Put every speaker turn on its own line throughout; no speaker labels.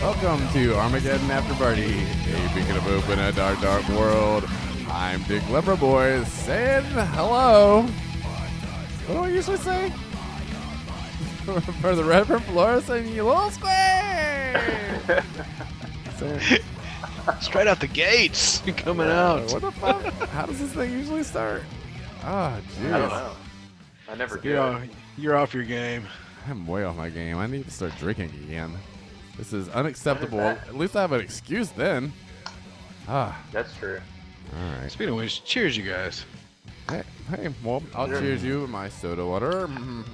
Welcome to Armageddon After Party, a beacon of hope in a dark, dark world. I'm Dick Leperboy saying hello. What do I usually say? For the Redford Flores and you little square. Say-
Straight out the gates, coming out.
What the fuck? How does this thing usually start? Ah, oh,
I
jeez.
don't know. I never do.
You're off, you're off your game.
I'm way off my game. I need to start drinking again. This is unacceptable. At least I have an excuse then. Ah,
That's true.
all right.
Speaking of which, cheers, you guys.
Hey, hey, well, I'll
Yeah.
cheers you with my soda water. Mhm.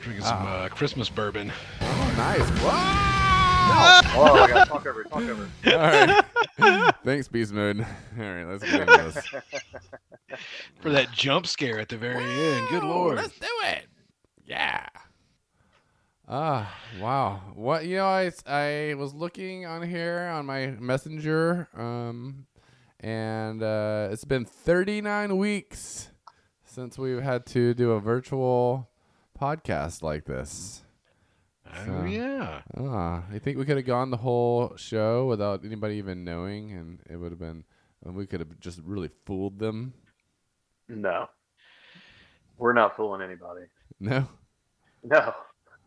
Drinking some uh, Christmas bourbon.
nice. Wow!
Ah!
Oh, I got talk over, talk over.
All right. Thanks, Beast Mode. All right, let's get into this.
For that jump scare at the very end. Good
Woo!
lord.
Let's do it. Yeah. Ah, wow. What you know, I I was looking on here on my messenger, um, and uh, it's been 39 weeks since we've had to do a virtual podcast like this.
Oh, yeah.
Ah, I think we could have gone the whole show without anybody even knowing, and it would have been, and we could have just really fooled them.
No. We're not fooling anybody.
No,
No.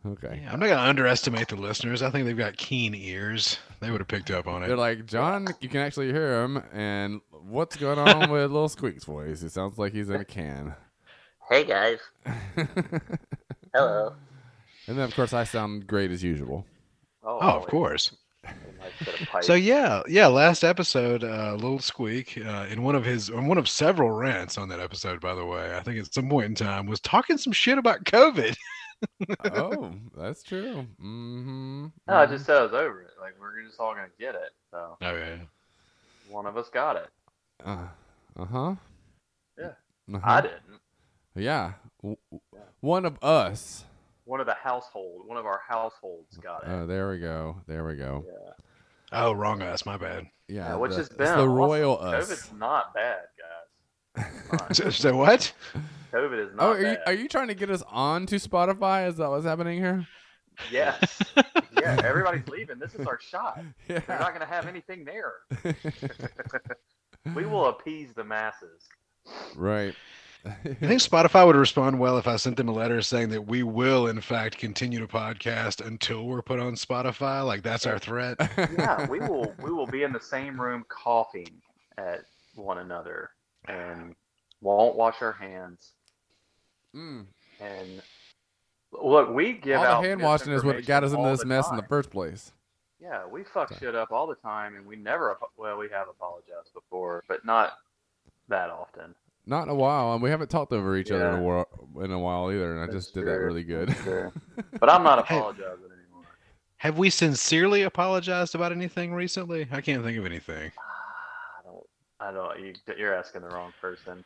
okay.
Yeah, I'm not going to underestimate the listeners. I think they've got keen ears. They would have picked up on
They're
it.
like, John, you can actually hear him, and what's going on with Little Squeak's voice? It sounds like he's in a can.
Hey guys.
and
Hello.
then, of course, I sound great as usual.
Oh,
Oh, of course. So
So
yeah, yeah. Last episode, uh, little squeak uh, in one of his, in one of several rants on that episode. By the way, I think at some point in time was talking some shit about COVID.
oh, that's true. Mm-hmm.
no, I just said I was over it. Like we're just all gonna get it. So
Oh yeah.
one of us got it.
Uh huh.
Yeah.
Uh-huh.
I didn't.
Yeah. W- w- one of us.
One of the household, one of our households got it.
Oh, there we go. There we go.
yeah.
Oh, wrong us. My bad.
Yeah.
yeah, which
the,
has
it's
been
the
awesome.
royal us.
COVID's not bad, guys. It's
So,
not.
so what?
COVID is not
Oh, are
bad.
you, are you trying to get us on to Spotify? Is that what's happening here?
Yes. yeah, everybody's leaving. This is our shot. They're not going to have anything there. We will appease the masses.
right.
You think Spotify would respond well if I sent them a letter saying that we will, in fact, continue to podcast until we're put on Spotify? Like that's our threat.
Yeah, we will. We will be in the same room coughing at one another and won't wash our hands.
Mm.
And look, we give
all
out
the hand washing is what got us into
misinformation all
this
the
mess in
time.
the first place.
Yeah, we fuck shit up all the time, and we never. apo- Well, we have apologized before, but not that often.
Not in a while, and we haven't talked over each other in a,
Yeah.
while, in a while either. And I
That's
just did that
true.
really good.
That's true. But I'm not
Hey.
apologizing anymore.
Have we sincerely apologized about anything recently? I can't think of anything.
I don't. I don't. You, you're asking the wrong person.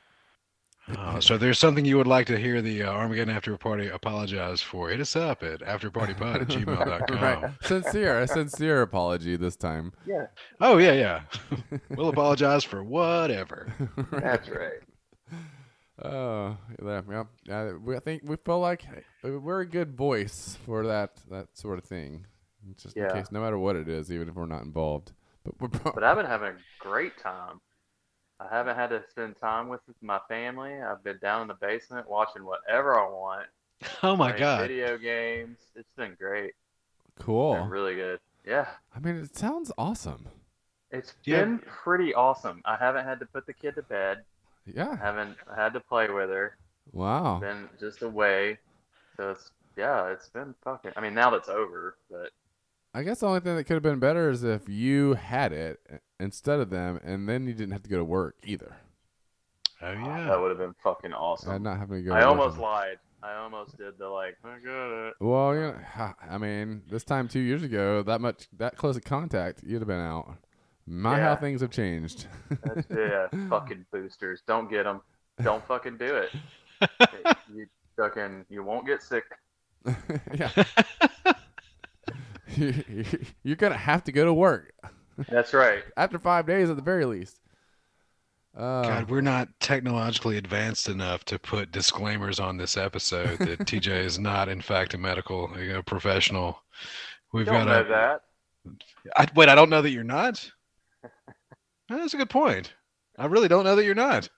Uh, so if there's something you would like to hear the uh, Armageddon After Party apologize for, hit us up at afterpartypod at gmail.com.
right, sincere, a sincere apology this time.
Yeah,
Oh, yeah, yeah. we'll apologize for whatever.
that's right.
Oh, yeah, yeah, yeah, we- I think we feel like uh, we're a good voice for that that sort of thing. Just in
Yeah.
case, no matter what it is, even if we're not involved. But we're pro-
But I've been having a great time. I haven't had to spend time with my family. I've been down in the basement watching whatever I want.
Oh, my
playing
God.
Video games. It's been great.
cool.
Been really good. Yeah.
I mean, it sounds awesome.
It's
Do you have-
been pretty awesome. I haven't had to put the kid to bed. I
Yeah.
haven't had to play with her.
Wow.
Been just away. So it's yeah, it's been fucking. I mean, now that's over, but
I guess the only thing that could have been better is if you had it uh, instead of them, and then you didn't have to go to work either.
Oh,
that
yeah.
would have been fucking awesome.
And not having to go.
I
to work
almost
and-
lied. I almost did the like. I got it.
Well, you know, ha- I mean, this time two years ago, that much, that close of contact, you'd have been out. My how
Yeah.
things have changed.
That's, yeah, fucking boosters. Don't get them. Don't fucking do it. It- you fucking. You won't get sick.
yeah. You- you- You're gonna have to go to work
That's right.
after five days at the very least. Uh,
God, we're not technologically advanced enough to put disclaimers on this episode that TJ is not, in fact, a medical you know, professional. We've
don't know
got a,
that.
I, wait. I don't know that you're not. No, that's a good point. I really don't know that you're not.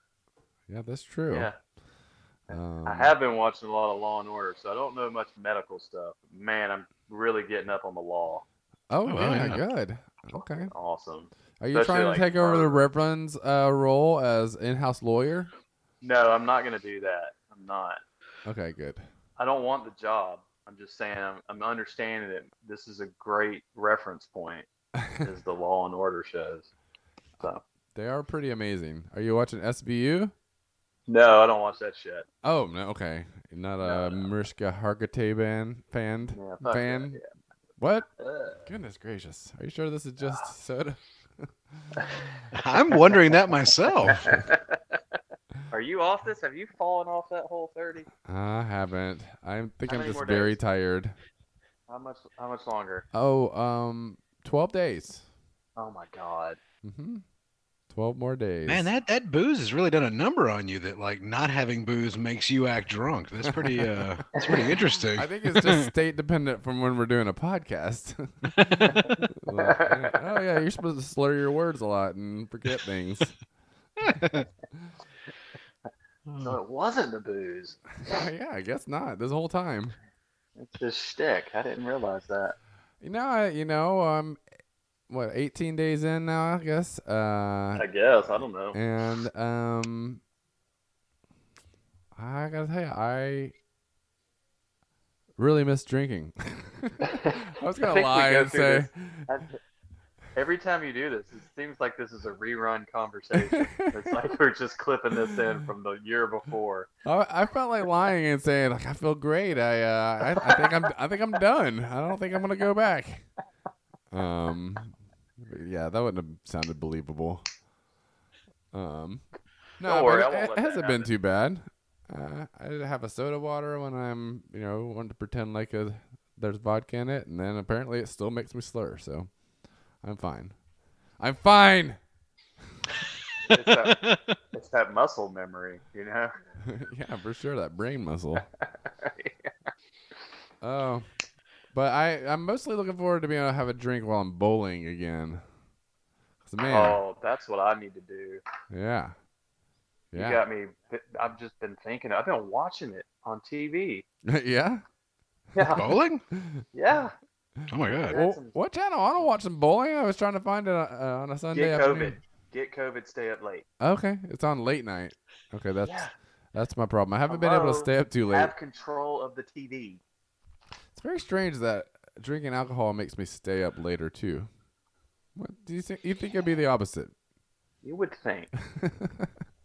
yeah, that's true.
Yeah.
Um,
I have been watching a lot of Law and Order, so I don't know much medical stuff. Man, I'm really getting up on the law.
Oh,
Oh,
yeah,
yeah.
good. Okay.
Awesome.
Are you
Especially,
trying to
like,
take over the
murder.
Reverend's uh, role as in-house lawyer?
No, I'm not going to do that. I'm not.
Okay, good.
I don't want the job. I'm just saying I'm, I'm understanding that this is a great reference point is the Law and Order shows.
They are pretty amazing. Are you watching SVU?
No, I don't watch that shit.
Oh no, okay. You're Not a
No, no.
Mariska Hargitay fan. Fan.
Yeah, fuck
fan.
that,
What?
yeah. Ugh.
Goodness gracious. Are you sure this is just soda?
I'm wondering that myself.
Are you off this? Have you fallen off that whole thirty?
I haven't. I think
How
I'm
many
just
more
very
days?
tired.
How much? How much longer?
Oh, um, twelve days.
Oh my god.
Mm-hmm. Twelve more days.
Man, that that booze has really done a number on you. That like not having booze makes you act drunk. That's pretty. Uh, that's pretty interesting.
I think it's just state dependent from when we're doing a podcast. Like, oh yeah, you're supposed to slur your words a lot and forget things.
No, it wasn't the booze.
Oh, yeah, I guess not. This whole time.
It's just shtick. I didn't realize that.
You know, I, you know, I'm what 18 days in now, I guess. Uh,
I guess I don't know.
and um, I gotta tell you, I really miss drinking. I was
I
gonna
think we
lie
go
and
through
say,
I- Every time you do this, it seems like this is a rerun conversation. it's like we're just clipping this in from the year before.
I, I felt like lying and saying, like, I feel great. I, uh, I, I think I'm, I think I'm done. I don't think I'm gonna go back. Um, but yeah, that wouldn't have sounded believable. Um, no,
Don't worry,
but
I
it,
won't let
it
that
hasn't been
happen.
too bad. Uh, I did have a soda water when I'm, you know, wanted to pretend like a, there's vodka in it, and then apparently it still makes me slur. So, I'm fine. I'm fine.
It's that, it's that muscle memory, you know.
yeah, for sure that brain muscle. Oh, but I I'm mostly looking forward to being able to have a drink while I'm bowling again. 'Cause, man,
Oh, that's what I need to do.
yeah, yeah,
You got me. I've just been thinking. I've been watching it on TV.
yeah.
Yeah,
Bowling?
yeah.
Oh my god.
Well,
some-
what channel? I don't watch some bowling. I was trying to find it uh, on a Sunday
Get COVID.
afternoon.
Get COVID. Stay up late.
Okay, it's on late night. Okay, that's
yeah.
that's my problem. I haven't been able to
Hello?
stay up too late.
Have control of the TV.
It's very strange that drinking alcohol makes me stay up later too. What do you think? You think it'd be the opposite?
You would think.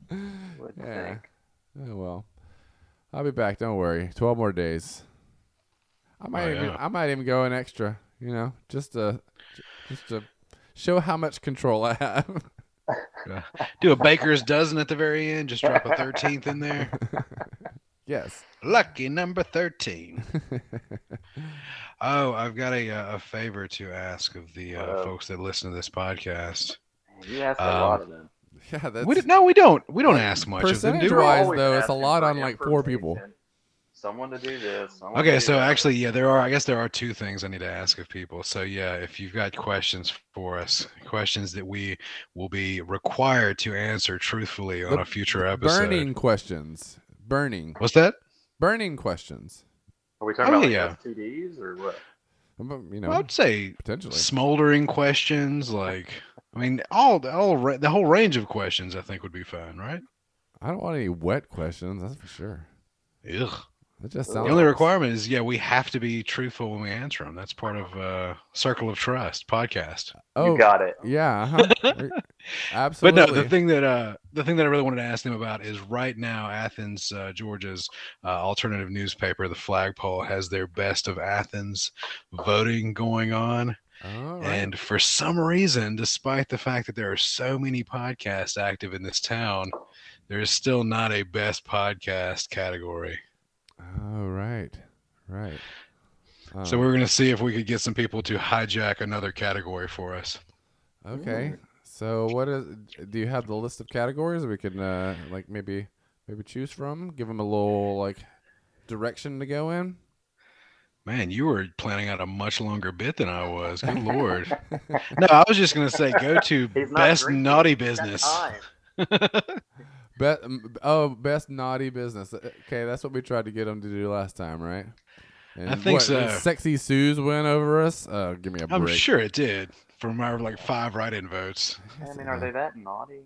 Would
yeah.
think.
Oh well, I'll be back. Don't worry. Twelve more days. I might
Oh,
even
yeah.
I might even go an extra. You know, just to just to show how much control I have.
Do a baker's dozen at the very end. Just drop a thirteenth in there.
yes.
Lucky number thirteen. Oh, I've got a uh, a favor to ask of the uh,
Uh-oh.
folks that listen to this podcast.
Man, You asked a
Um,
lot of them.
yeah. That's
We d- no, we don't. We don't ask much of them. Do we?
Percentage-wise,
You're always
though, it's a
asking
lot
for
on, like, four people.
information. Someone to do this. someone to
Okay,
do
so
that.
actually, yeah, there are. I guess there are two things I need to ask of people. So yeah, if you've got questions for us, questions that we will be required to answer truthfully on
The
a future episode.
burning questions. Burning.
What's that?
Burning questions.
are we talking
Oh,
about
yeah.
like STDs or what?
Um, You know,
Well, I'd say
potentially.
smoldering questions like i mean all all ra- the whole range of questions i think would be fine right
I don't want any wet questions. That's for sure.
Ugh.
That just
The
sounds.
the only requirement is yeah we have to be truthful when we answer them that's part of uh circle of trust podcast
Oh,
You got it.
yeah. uh-huh. We-
but
Absolutely.
no the thing that uh the thing that i really wanted to ask them about is right now athens uh, georgia's uh, alternative newspaper the flagpole has their best of athens voting going on
All right.
And for some reason, despite the fact that there are so many podcasts active in this town, there is still not a best podcast category.
All Oh, right. Right.
So
Um,
we're going to see if we could get some people to hijack another category for us.
Uh, Okay. So what is? Do you have the list of categories we can uh, like maybe maybe choose from? Give them a little like direction to go in.
Man, you were planning out a much longer bit than I was. Good lord. No, I was just gonna say go to
He's not
best
drinking.
naughty
He's got
business.
time.
Be- um, oh, best naughty business. Uh, Okay, that's what we tried to get them to do last time, right? And
I think
what,
so.
Sexy Sue's win over us. Oh, give me a
I'm
break.
sure it did from our like five write-in votes.
I mean, are they that naughty?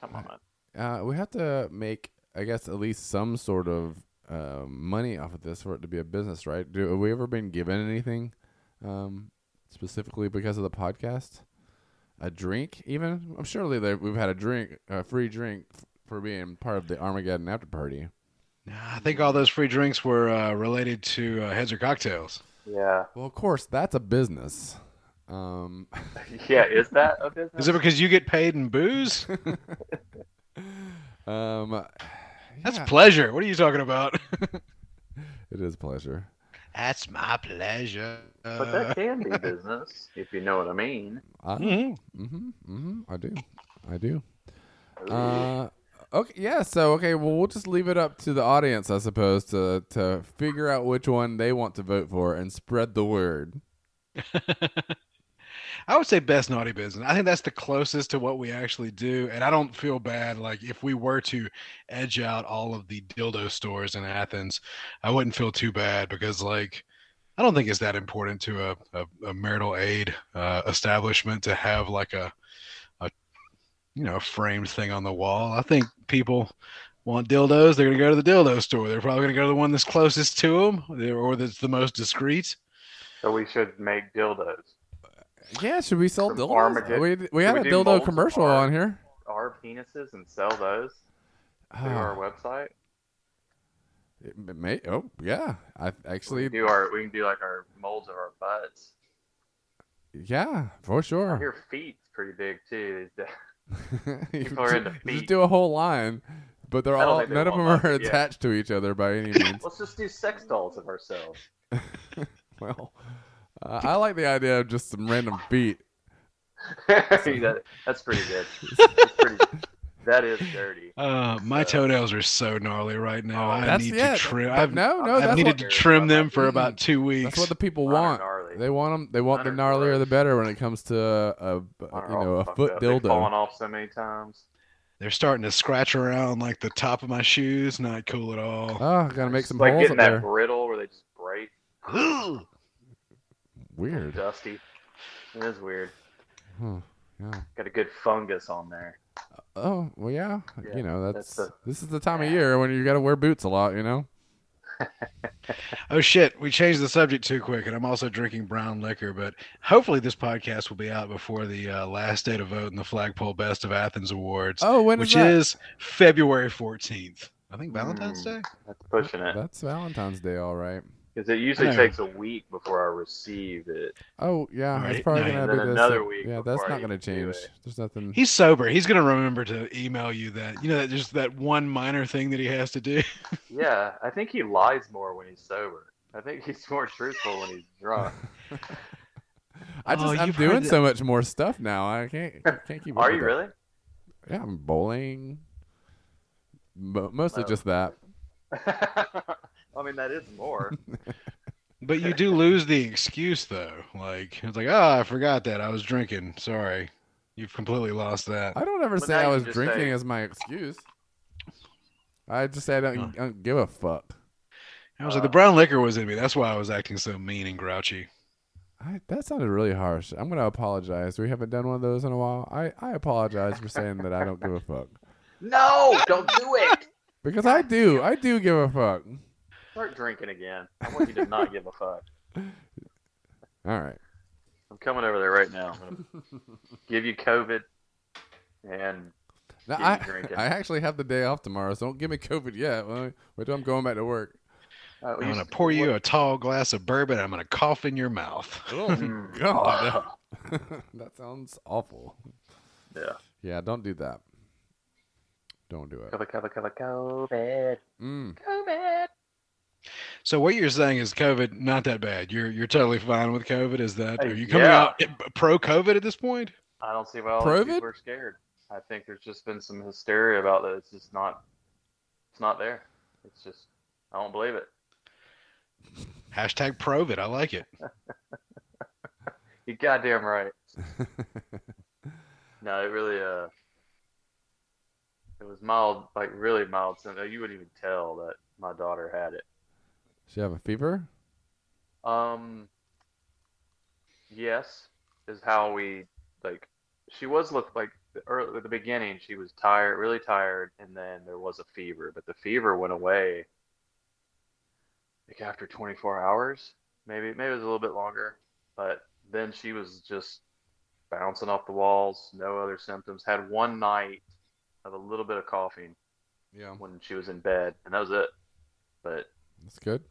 Come on.
Uh, we have to make, I guess, at least some sort of uh, money off of this for it to be a business, right? Do have we ever been given anything um, specifically because of the podcast? A drink, even? I'm surely that we've had a drink, a free drink f- for being part of the Armageddon after party.
Nah, I think all those free drinks were uh, related to uh, heads or cocktails.
Yeah.
Well, of course, that's a business. Um,
Yeah. Is that a business?
Is it because you get paid in booze?
um,
That's
yeah,
pleasure. What are you talking about?
it is pleasure.
That's my pleasure.
But
uh,
that can be business, if you know what I mean.
Uh,
Mhm.
Mm-hmm. Mm-hmm. I do. I do. Uh, okay. Yeah. So okay. Well, we'll just leave it up to the audience, I suppose, to to figure out which one they want to vote for and spread the word.
I would say best naughty business. I think that's the closest to what we actually do, and I don't feel bad. Like if we were to edge out all of the dildo stores in Athens, I wouldn't feel too bad because like I don't think it's that important to a, a, a marital aid uh, establishment to have like a a you know a framed thing on the wall. I think people want dildos, they're gonna go to the dildo store. They're probably gonna go to the one that's closest to them, or that's the most discreet.
So we should make dildos.
Yeah. Should we sell
From
dildos?
Armageddon.
We we
Should
had
we
a
do
dildo
molds of
commercial
art?
on here.
Our penises and sell those through our
Oh,
website.
it may, oh yeah. I
We
actually.
can do our. We can do like our molds of our butts.
Yeah. For
I
sure.
hear feet's pretty big too. these days.
You
People are into
ju- Just
feet.
do a whole line, but they're
I don't
all
think they
none of them
want
are
that, yeah.
attached to each other by any means.
Let's just do sex dolls of ourselves.
well, uh, I like the idea of just some random feet.
that, that's pretty good. That's pretty, that is dirty.
Uh, my
So-
toenails are so gnarly right now.
Oh,
I
that's-
need
yeah,
to trim.
that-
I've,
no, no,
I've
that's
needed
what-
to trim them for
Mm.
about two
That's
weeks.
what the people
Mine are
want.
gnarly.
They want them. They want the
Mine are
gnarlier the
gross.
better when it comes to a, a
Mine are
you
all
know a
fucked
foot
up. They've
dildo.
fallen off so many times.
They're starting to scratch around like the top of my shoes. Not cool at all.
Oh, gotta make
It's
some
like
holes
getting
up
that
there.
brittle where they just break
Ugh.
Weird.
dusty. It is weird.
Huh. Yeah.
Got a good fungus on there.
Oh well, yeah.
Yeah,
You know that's,
that's the-
this is the time of year when you gotta wear boots a lot. You know.
oh shit! We changed the subject too quick, and I'm also drinking brown liquor. But hopefully, this podcast will be out before the uh, last day to vote in the flagpole Best of Athens Awards,
Oh, when is
which
that?
is February 14th. I think Valentine's
Mm.
Day.
That's pushing it.
That's Valentine's Day, all right.
Because it usually
I know.
takes a week before I receive it.
Oh yeah, it's
Right,
probably
nice.
gonna
And then
be this.
another week
yeah, that's
before
not
I
gonna
even do
change.
it.
There's nothing.
He's sober. He's gonna remember to email you that. You know that just that one minor thing that he has to do.
Yeah, I think he lies more when he's sober. I think he's more truthful when he's drunk.
I just
Oh,
I'm
you've heard
doing
that-
so much more stuff now. I can't I can't keep. up
Are
with
you
it.
really?
Yeah, I'm bowling. Mo- mostly
Oh.
just that.
I mean, that is more.
But you do lose the excuse though. Like it's like, oh, I forgot that I was drinking. Sorry, you've completely lost that.
I don't ever
But
say
now
I
you
was
just
drinking
say-
as my excuse. I just say I don't,
Huh.
I don't give a fuck.
I was like, the brown liquor was in me. That's why I was acting so mean and grouchy.
I, that sounded really harsh. I'm gonna apologize. We haven't done one of those in a while. I, I apologize for saying that I don't give a fuck
No, don't do it.
because I do. I do give a fuck.
Start drinking again. I want you to not give a fuck.
All right.
I'm coming over there right now. I'm gonna give you COVID, and
Now,
Yeah,
I,
you drink it.
I actually have the day off tomorrow, so don't give me COVID yet. Well, Wait till I'm going back to work.
uh,
I'm gonna pour you a tall glass of bourbon. I'm gonna cough in your mouth.
Oh God, that sounds awful.
Yeah.
Yeah, don't do that. Don't do it.
Cover, cover, cover, COVID,
Mm.
COVID.
So what you're saying is COVID not that bad. You're you're totally fine with COVID. Is that
Hey,
are you coming
yeah.
out pro COVID at this point?
I don't see why all
Prove
these people
it?
are scared. I think there's just been some hysteria about that. It's just not. It's not there. It's just. I don't believe it.
Hashtag prove it. I like it.
You goddamn right. No, it really. Uh, it was mild, like really mild. symptom- You wouldn't even tell that my daughter had it.
she have a fever?
Um, yes, is how we like. She was look like the early, at the beginning. She was tired, really tired, and then there was a fever, but the fever went away. Like after 24 hours, maybe maybe it was a little bit longer, but then she was just bouncing off the walls. No other symptoms. Had one night of a little bit of coughing
Yeah.
when she was in bed, and that was it. But
That's good.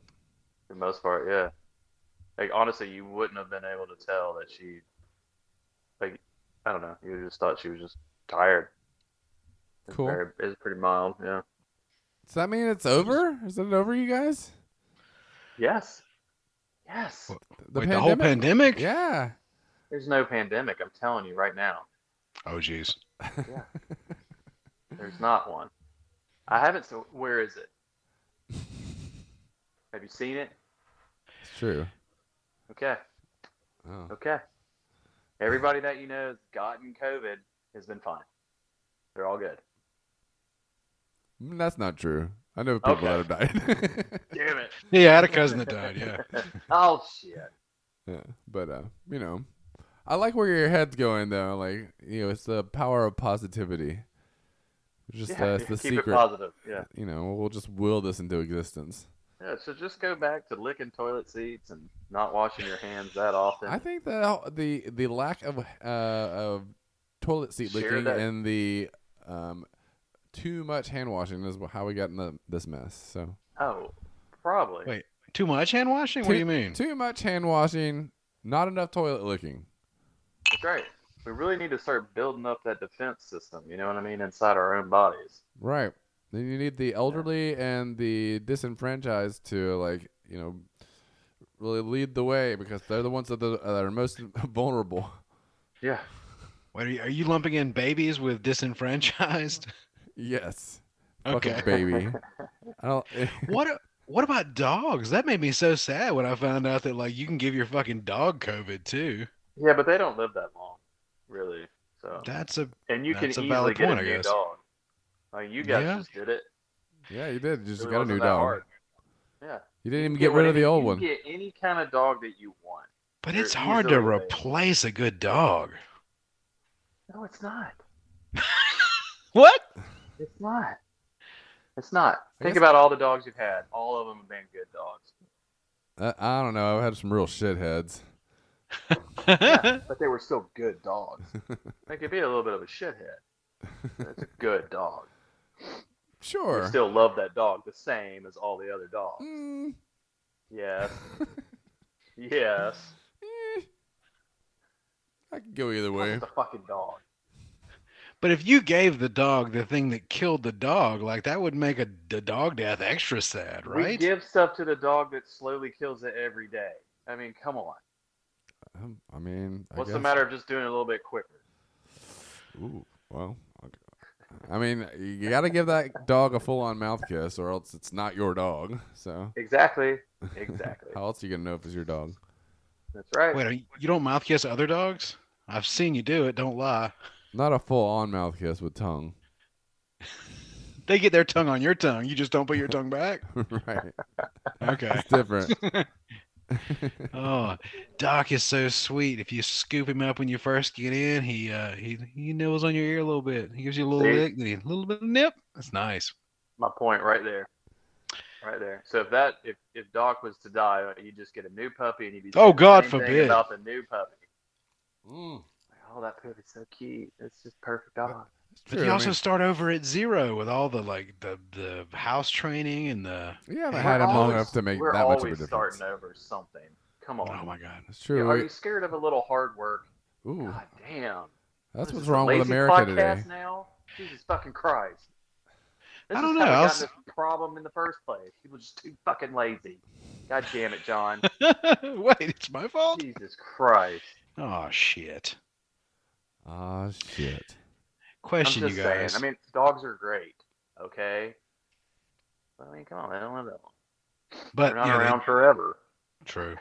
for the most part, yeah. Like honestly, you wouldn't have been able to tell that she, like, I don't know. You just thought she was just tired. It's
Cool.
Very, it's pretty mild. Yeah.
Does that mean it's over? Is it over, you guys?
Yes. Yes.
Well- Wait, the whole
pandemic?
pandemic?
Yeah.
There's no pandemic. I'm telling you right now.
Oh, jeez.
There's not one. I haven't. So where is it? Have you seen it?
It's true.
Okay.
Oh.
Okay. Everybody that you know has gotten COVID has been fine. They're all good.
Mm, That's not true. I know people
Okay.
that have died.
Damn it.
Yeah, I had a cousin that died. Yeah.
oh shit.
yeah. But uh, you know. I like where your head's going though. Like, you know, it's the power of positivity. Just
yeah,
uh, it's
yeah,
the
keep
secret.
it positive. Yeah.
you know, we'll just will this into existence.
Yeah. So just go back to licking toilet seats and not washing your hands that often.
I think that all- the the lack of uh, of toilet seat
Share
licking
that-
and the um, too much hand washing is how we got in the, this mess. So
oh, probably.
Wait. Too much hand washing? What do you mean?
too much hand washing, not enough toilet licking.
That's right. We really need to start building up that defense system. You know what I mean? Inside our own bodies.
Right. Then you need the elderly and the disenfranchised to like you know really lead the way because they're the ones that, the, that are most vulnerable.
Yeah.
Wait, are, you, are you lumping in babies with disenfranchised?
Yes.
Okay.
Fucking baby. I don't.
what a- what about dogs? That made me so sad when I found out that like you can give your fucking dog COVID too.
Yeah, but they don't live that long, really. So
That's a
and you can
that's a
easily
valid
get
point, I
a new
guess.
dog. Like you guys
Yeah.
just did it.
Yeah, you did. You just
Really
got a
wasn't
new
that
dog.
hard. Yeah.
You didn't even
You
get rid of
whatever-
the old
you
one.
Get any kind of dog that you want.
but
They're
it's hard to
easily made.
replace a good dog.
No, it's not.
What?
It's not. It's not.
I
Think
guess-
about all the dogs you've had. All of them have been good dogs,
Uh, I don't know. I've had some real shitheads.
but they were still good dogs. they could be a little bit of a shithead. but It's a good dog. You
Sure.
still love that dog the same as all the other dogs.
Mm,
Yes. yes.
eh. I could go either
It's
way.
just a fucking dog.
but if you gave the dog the thing that killed the dog, like that would make a the dog death extra sad,
We
right?
give stuff to the dog that slowly kills it every day. I mean, come on.
Um, I mean, I
What's the
guess-
matter of just doing it a little bit quicker?
Ooh, well, okay. I mean, you got to give that dog a full-on mouth kiss, or else it's not your dog. So,
Exactly. Exactly.
how else you gonna know if it's your dog?
That's right.
Wait, are you, you don't mouth kiss other dogs? I've seen you do it. Don't lie.
Not a full-on mouth kiss with tongue,
They get their tongue on your tongue. You just don't put your tongue back.
right?
Okay.
It's different.
Oh, Doc is so sweet. If you scoop him up when you first get in, he uh, he he nibbles on your ear a little bit. He gives you a little
See?
lick, then he- a little bit of nip. That's nice.
my point right there right there so if that if if doc was to die you'd just get a new puppy and you'd be
Oh,
saying the
God
same thing
forbid.
about the new puppy
Mm,
Like, oh that puppy's so cute it's just perfect dog
it's
But
true, I
you also
mean-
start over at zero with all the like the the house training and the
you haven't
We're
had him long
always-
enough to make
we're
that much of a
always
difference.
starting over something come on
oh my god.
It's
Yeah,
true.
are you scared of a little hard work
Ooh,
god damn
that's
What
what's
is this, a
wrong with
lazy
America
podcast
today.
now jesus fucking christ this
I don't
is
know,
how
I'll
we
s-
got in this problem in the first place people just too fucking lazy god damn it john
Wait, it's my fault.
jesus christ
Oh shit.
Ah, Oh shit.
Question,
I'm
you
just
guys.
saying. I mean, dogs are great. Okay. But, I mean, come on, man. I don't know.
but
They're not
yeah, they-
around forever.
True.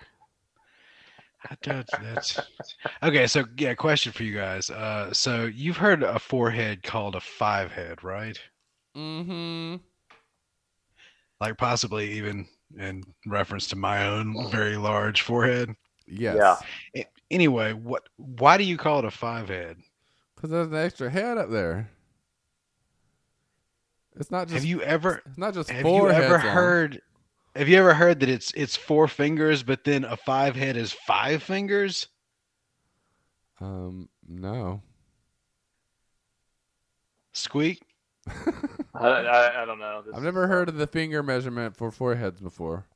I don't, that's okay. So yeah, question for you guys. Uh, so you've heard a forehead called a five head, right?
Mm-hmm.
Like possibly even in reference to my own
Mm.
very large forehead.
Yes.
Yeah.
A- Anyway, what? Why do you call it a five head?
Because there's an extra head up there. It's not just
Have you ever
it's not just
have
four
you ever
heads on.
heard? Have you ever heard that it's it's four fingers, but then a five head is five fingers?
Um no.
Squeak.
I, I, I don't know. This
I've
is-
never heard of the finger measurement for foreheads before.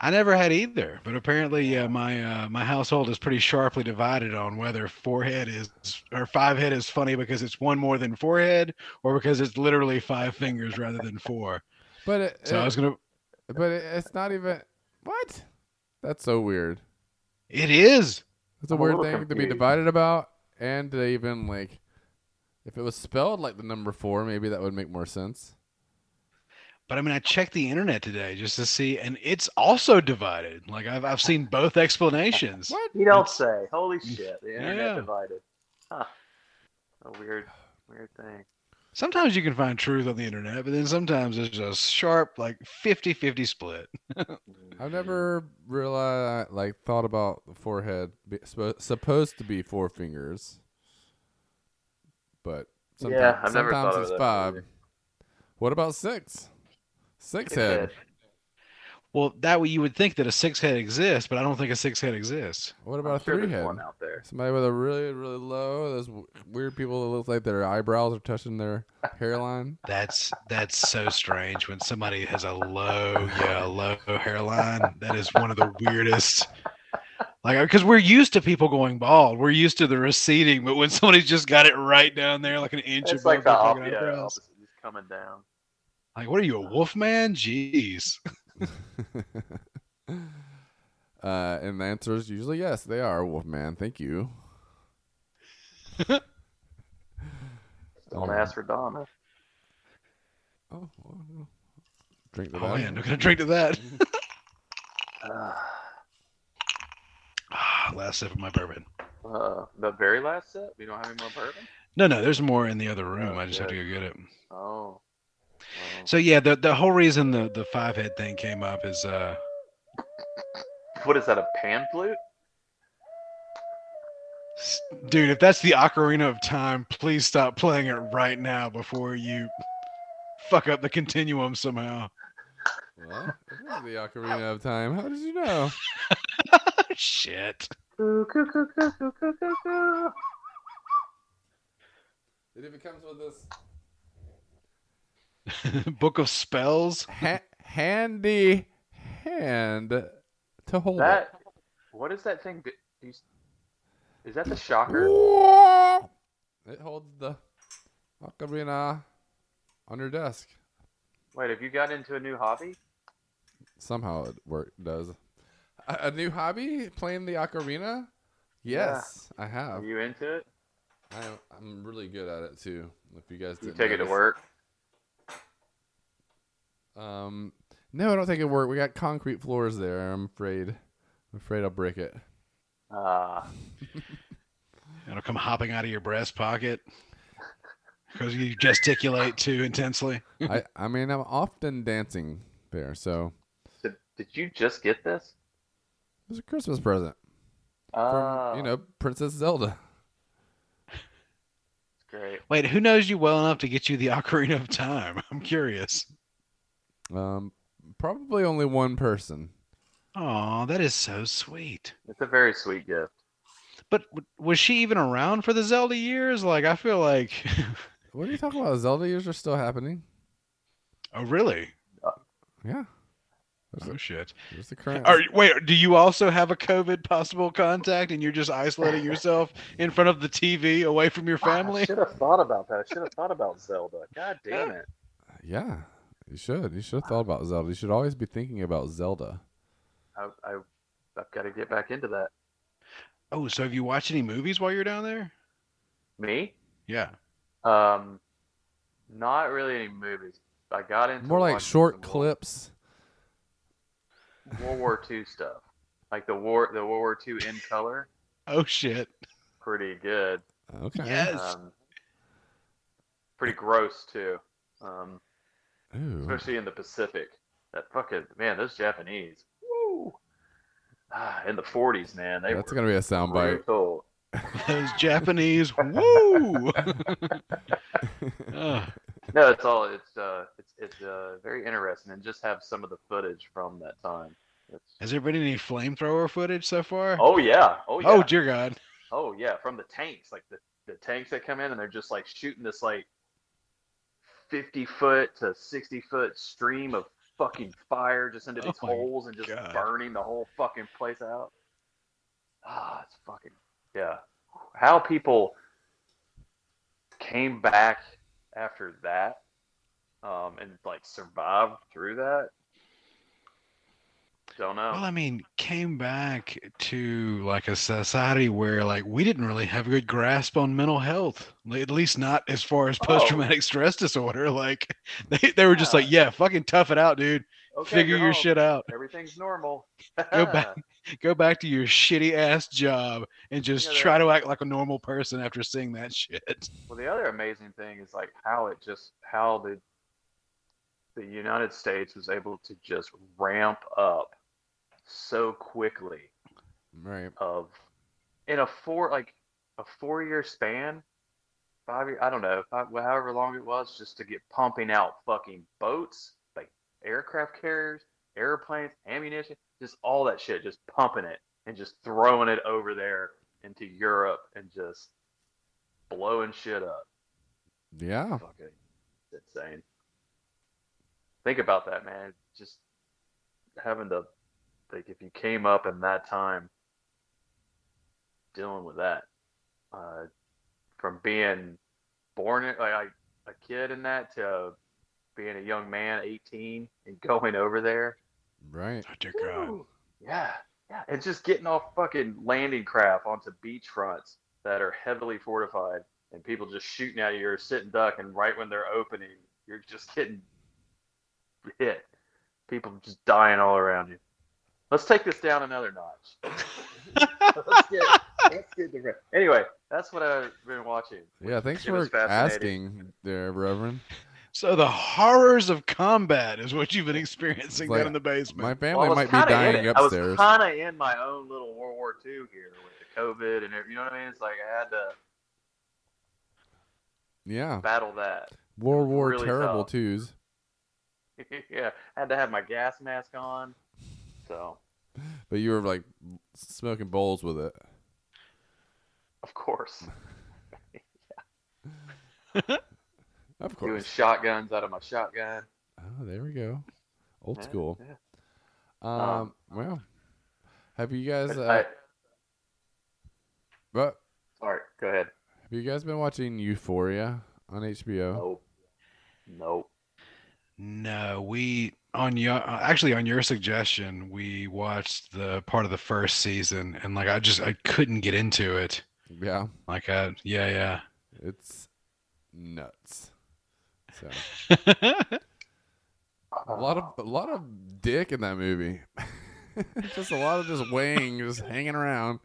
I never had either, but apparently uh, my uh, my household is pretty sharply divided on whether forehead is or five head is funny because it's one more than forehead or because it's literally five fingers rather than four.
But it,
So I
it-
was gonna.
but it, it's not even what? That's so weird.
It is.
It's a
I'm a
weird
little
thing to be
confused.
divided about, and to even like, if it was spelled like the number four, maybe that would make more sense.
But I mean, I checked the internet today just to see, and it's also divided. Like I've I've seen both explanations.
What?
You don't say. Holy shit. The internet
Yeah.
divided. Huh. A weird, weird thing.
Sometimes you can find truth on the internet, but then sometimes there's a sharp like 50-50 split.
I've never realized, like, thought about the forehead be, suppo- supposed to be four fingers, but sometimes,
Yeah, I've never
sometimes
thought of
it's
that
five.
either.
What about six? Six
Six
head.
head.
Well, that way you would think that a six head exists, but I don't think a six head exists.
What
I'm
about a
sure
three
there's
head?
one out there.
Somebody with a really, really low, those w- weird people that look like their eyebrows are touching their hairline.
That's that's so strange when somebody has a low, yeah, a low hairline. That is one of the weirdest. Like, because we're used to people going bald, we're used to the receding, but when somebody's just got it right down there, like an inch
It's
above
like the
their
op-
fucking
yeah,
eyebrows.
opposite. He's coming down.
Like, what are you, a wolf man? Jeez.
uh, and the answer is usually yes, they are Wolfman. Thank you.
Don't
Yeah.
ask for Donna.
Oh, well, well. drink to
Oh
that.
man, I'm gonna drink to that.
Ah,
Ah, Last sip of my bourbon.
Uh, the very last sip? We don't have any more bourbon?
No, no, there's more in the other room.
Oh,
I just have to
good.
go get it.
Oh. Well,
So yeah, the the whole reason the the five head thing came up is uh
what is that, a pan flute?
S- Dude, if that's the Ocarina of Time, please stop playing it right now before you fuck up the continuum somehow.
Well, it was the Ocarina of Time. How did you know?
Shit.
Coo, coo, coo, coo, coo, coo, coo, coo.
It even comes with this
Book of Spells.
ha- handy hand to hold
That, what is that thing? that- do you- Is that the
it.
shocker?
Whoa! It holds the Ocarina on your desk.
Wait, have you got into a new hobby?
Somehow it work does. A, a new hobby? Playing the Ocarina? Yes, I
Are
have.
you into it?
I, I'm really good at it too. If you guys
You
didn't
take it to
notice.
work?
Um, no, I don't think it worked. We got concrete floors there. I'm afraid. I'm afraid I'll break it.
Ah,
It'll come hopping out of your breast pocket because you gesticulate too intensely.
I, I mean, I'm often dancing there, so
did, did you just get this?
it was a Christmas present from
Ah,
you know Princess Zelda.
it's great.
Wait, who knows you well enough to get you the Ocarina of Time? I'm curious.
Um, probably only one person.
Oh, that is so sweet.
It's a very sweet gift.
But w- was she even around for the Zelda years? Like, I feel like.
What are you talking about? Zelda years are still happening.
oh, really?
Yeah, There's
Oh,
a-
shit.
there's the current.
Are wait, do you also have a COVID possible contact and you're just isolating yourself in front of the TV away from your
I
family?
should have thought about that. I should have thought about Zelda. God damn it.
Yeah, you should. You should have thought about Zelda. You should always be thinking about Zelda.
I, I, I've got to get back into that.
Oh, so have you watched any movies while you're down there?
Me?
Yeah.
Um, not really any movies. I got into
More like
watching
short
some World-
clips.
World War II stuff, like the war, the World War II in color,
Oh shit.
pretty good.
Okay.
Yes.
Um, pretty gross too, um,
Ooh.
especially in the Pacific. That fucking man, those Japanese. Woo! Ah, in the 40s, man, they
That's
were
gonna be a soundbite.
brutal.
Those Japanese. Woo. Ugh.
No, it's all it's uh it's it's uh very interesting and just have some of the footage from that time. It's,
Has there been any flamethrower footage so far?
oh yeah, oh yeah.
Oh, dear God.
Oh yeah, from the tanks, like the, the tanks that come in and they're just like shooting this like fifty foot to sixty foot stream of fucking fire just into
Oh
these
my
holes and just
God.
burning the whole fucking place out. Ah, it's fucking yeah. How people came back after that, um, and like survived through that. Don't know.
Well, I mean, came back to like a society where like we didn't really have a good grasp on mental health, like, at least not as far as
Oh.
post traumatic stress disorder. Like they, they were just like, yeah, fucking tough it out, dude.
Okay,
Figure
you're
your
home.
shit out.
Everything's normal.
Go back, go back to your shitty ass job and just
Yeah,
try to act like a normal person after seeing that shit.
Well, the other amazing thing is like how it just how the the United States was able to just ramp up so quickly
Right.
of in a four like a four year span, five year I don't know five, well, however long it was just to get pumping out fucking boats like aircraft carriers, airplanes, ammunition, just all that shit, just pumping it and just throwing it over there into Europe and just blowing shit up
Yeah.
fucking it's insane. Think about that, man. Just having to like if you came up in that time dealing with that. Uh, from being born like I- a kid in that to being a young man, eighteen, and going over there.
Right.
Oh, dear God.
Woo! Yeah, yeah, and just getting off fucking landing craft onto beach fronts that are heavily fortified, and people just shooting at you or sitting duck, and right when they're opening, you're just getting hit. People just dying all around you. Let's take this down another notch. let's get, let's get the re- anyway. That's what I've been watching.
Yeah. Thanks
It was
for
fascinating.
asking, there, Reverend.
So the horrors of combat is what you've been experiencing
Like,
down in the basement.
My
Well, I
family
was
might be
kinda in
dying
it. I was
upstairs.
kind of in my own little World War II here with the COVID and everything. You know what I mean? It's like I had to
Yeah.
battle that.
World War
really
Terrible
tough.
twos.
yeah, I had to have my gas mask on. So,
But you were like smoking bowls with it.
of course,
Of
doing
course.
shotguns out of my shotgun.
Oh, there we go. Old
Yeah,
school.
yeah.
Um. Well, have you guys?
But
Uh,
I-
but
all right, go ahead.
have you guys been watching Euphoria on HBO?
Nope. Nope.
No, we on your uh, actually on your suggestion, we watched the part of the first season, and like I just I couldn't get into it.
Yeah.
Like I yeah
It's nuts. So
yeah.
a
Oh.
lot of a lot of dick in that movie. just a lot of just weighing, just hanging around.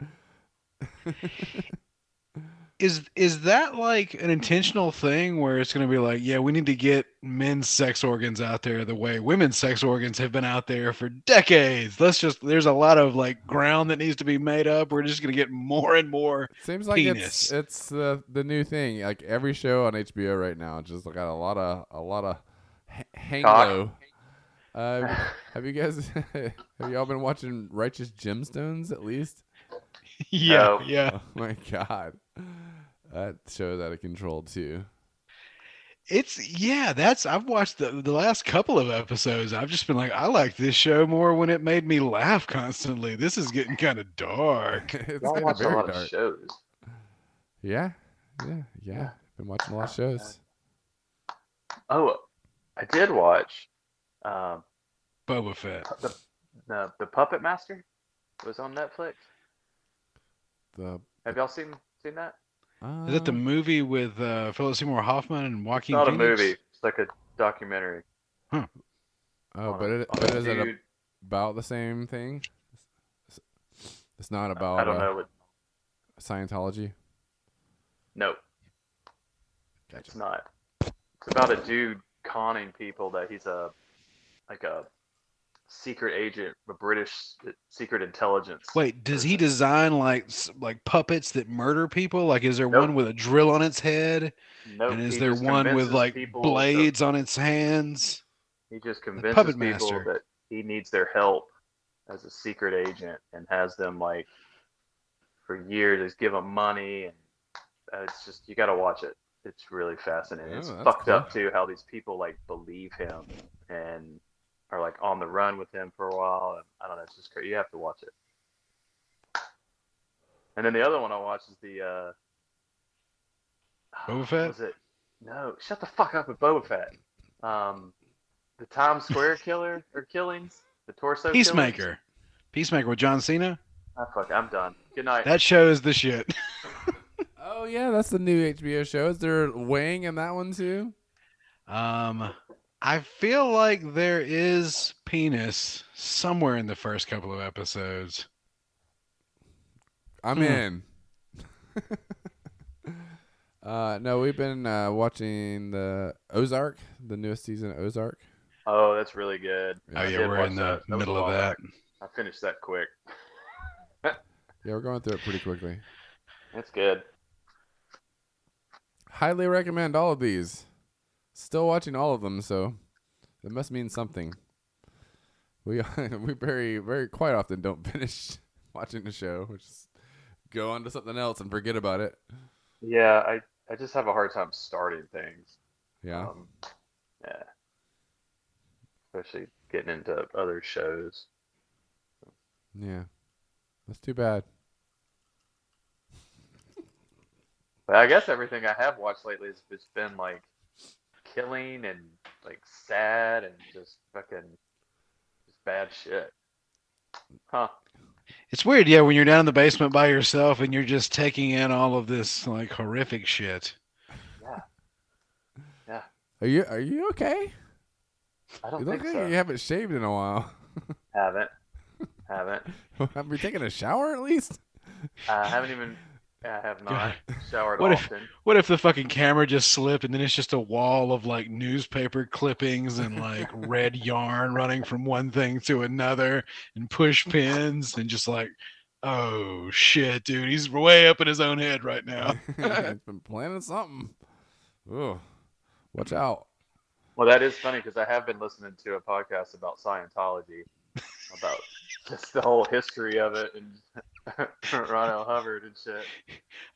is is that like an intentional thing where it's going to be like yeah we need to get men's sex organs out there the way women's sex organs have been out there for decades let's just there's a lot of like ground that needs to be made up we're just going to get more and more
Seems like it's
Penis.
it's the the new thing. Like every show on HBO right now, just got a lot of a lot of ha- hang
Cock.
low. Uh, have you guys have y'all been watching Righteous Gemstones at least?
yeah
No.
yeah
Oh my god, that show's out of control too.
It's yeah, that's I've watched the the last couple of episodes. I've just been like, I like this show more when it made me laugh constantly. This is getting kind of dark.
it's
Y'all
gotten
watch a
very
lot
dark.
of shows.
Yeah, yeah, yeah.
Yeah.
Been watching a lot of shows.
Oh, I did watch um,
Boba Fett.
the, the the Puppet Master was on Netflix.
The
Have y'all seen seen that?
Uh,
Is that the movie with uh, Philip Seymour Hoffman and
It's
Joaquin?
not a
Phoenix?
movie. It's like a documentary.
Oh,
on a-
but it,
on a
but is it
dude-
about the same thing? It's not about
I don't
uh,
know what.
Scientology.
No, it's not. It's about a dude conning people that he's a like a secret agent, a British secret intelligence.
Wait, does he
person.
design like s- like puppets that murder people? Like, is there
Nope.
one with a drill on its head,
No,
and
he
is there
just
one with
convinces
like
people that-
blades on its hands?
he just
puppet
convinces people
master.
that he needs their help as a secret agent and has them like for years. Just give them money and uh, it's just you got to watch it. It's really fascinating. it's
Oh, that's
fucked
cool.
up too how these people like believe him and are like on the run with him for a while. And I don't know. It's just crazy. You have to watch it. And then the other one I watched is the uh,
Boba Fett?
Was it? No, shut the fuck up with Boba Fett. Um, the Times Square killer or killings, the torso. killings?
Peacemaker, Peacemaker with John Cena.
Ah, fuck, I'm done. Good night.
That show is the shit.
Oh yeah, that's the new HBO show. Is there Wang in that one too?
Um, I feel like there is penis somewhere in the first couple of episodes.
I'm
Hmm.
in. uh, no, we've been uh, watching the Ozark, the newest season of Ozark.
oh, that's really good.
Yeah.
oh
I
yeah,
did
we're
watch
in the
that. That was a
middle of
while
that.
I finished that quick.
Yeah, we're going through it pretty quickly.
That's good.
Highly recommend all of these. Still watching all of them, so it must mean something. We we very very quite often don't finish watching the show. We just go on to something else and forget about it.
Yeah, I I just have a hard time starting things.
Oh.
Yeah.
Um, yeah. Especially getting into other shows.
Yeah. That's too bad.
But I guess everything I have watched lately has just been like killing and like sad and just fucking just bad shit. Huh.
It's weird, yeah, when you're down in the basement by yourself and you're just taking in all of this like horrific shit.
Are you are you okay?
I
You
don't
look
think
like
so.
you haven't shaved in a while.
Haven't. Haven't.
Are you taking a shower at least?
I haven't even I have not showered
What if-
often.
What if the fucking camera just slipped and then it's just a wall of like newspaper clippings and like red yarn running from one thing to another and push pins and just like, oh shit, dude, he's way up in his own head right now.
it's been planning something. Ooh. Watch out.
Well, that is funny because I have been listening to a podcast about Scientology, about just the whole history of it and Ron L. Hubbard and shit.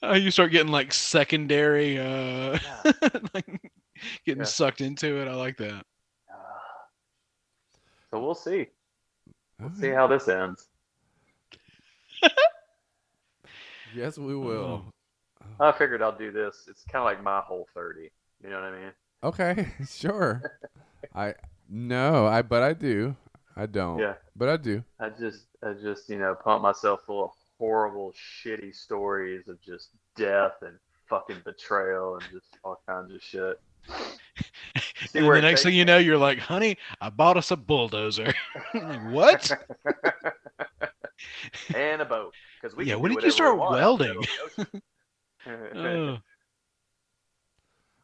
Uh, you start getting like secondary, uh,
Yeah.
like getting
Yeah.
sucked into it. I like that.
So we'll see.
All
See
right.
how this ends.
Yes, we
Mm-hmm.
will.
I figured I'll do this. It's kind of like my whole 30. You know what I mean?
Okay, sure. I no, I but I do. I
Oh.
don't.
Yeah.
But I do.
I just, I just, you know, pump myself full of horrible, shitty stories of just death and fucking betrayal and just all kinds of shit. See
and then
where
the
it
next
takes
thing you know, you're like, honey, I bought us a bulldozer. I'm like, what?
and a boat. Because we
Yeah,
can
when
do
did you
whatever
start
we want
welding?
in the middle of the ocean.
Ugh.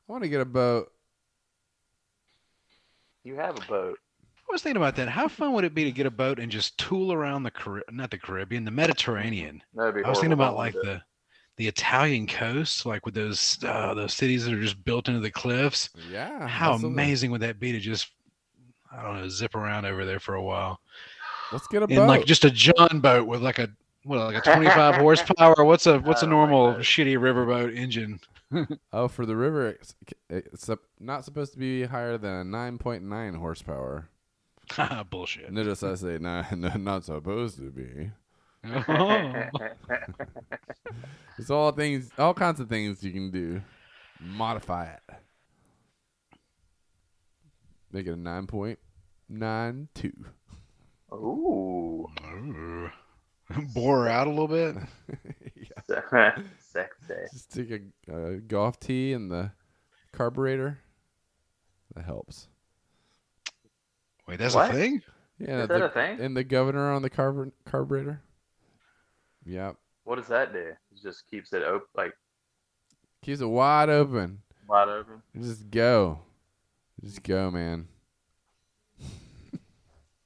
I want to get a boat.
you have a boat.
I was thinking about that. How fun would it be to get a boat and just tool around the Car- not the Caribbean, the Mediterranean?
That'd be
I was thinking
horrible.
about like the the Italian coast, like with those uh, those cities that are just built into the cliffs.
Yeah.
How
Oh, absolutely.
amazing would that be to just I don't know, zip around over there for a while
Let's get a
in
boat.
like just a John boat with like a what like a 25 horsepower. What's a what's a
I don't like
normal
that.
shitty riverboat engine?
oh, for the river it's, it's up- not supposed to be higher than a 9.9 horsepower.
Bullshit.
Notice I say nine, not supposed to be. It's all things, all kinds of things you can do. Modify it. Make it a nine point nine two.
Ooh.
Oh. Ooh. Bore her out a little bit.
yeah.
Sounds sexy.
Just take a, a golf tee and the carburetor. That helps.
Wait, that's
What?
a thing?
Yeah,
Is
the-
that a thing?
and the governor on the carb- carburetor. Yep,
What does that do? It just keeps it open, like
keeps it wide open.
wide open.
Just go, just go, man.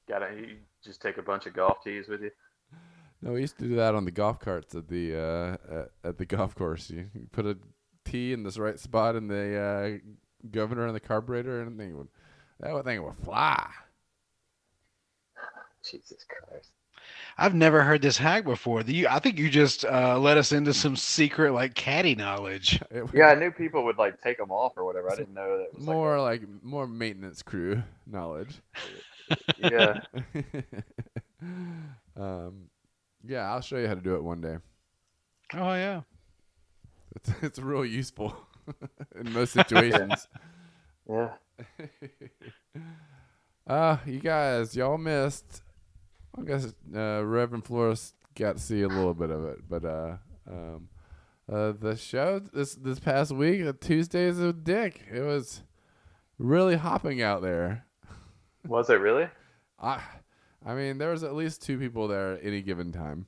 Got to You just take a bunch of golf tees with you.
No, we used to do that on the golf carts at the uh, at, at the golf course. You, you put a tee in this right spot, and the uh, governor on the carburetor, and thing would that would- thing would fly.
Jesus Christ.
I've never heard this hack before. The, you, I think you just uh, let us into some secret like caddy knowledge.
It would-
Yeah, I knew people would like take them off or whatever. I didn't know that it was
more like, more maintenance crew knowledge.
Like, yeah.
um, yeah, I'll show you how to do it one day.
Oh yeah.
It's, it's real useful in most situations.
Yeah.
uh, you guys, y'all missed. I guess uh, Reverend Flores got to see a little bit of it, but uh, um, uh, the show this this past week, uh, Tuesdays with Dick, it was really hopping out there.
Was it really?
I, I mean, there was at least two people there at any given time.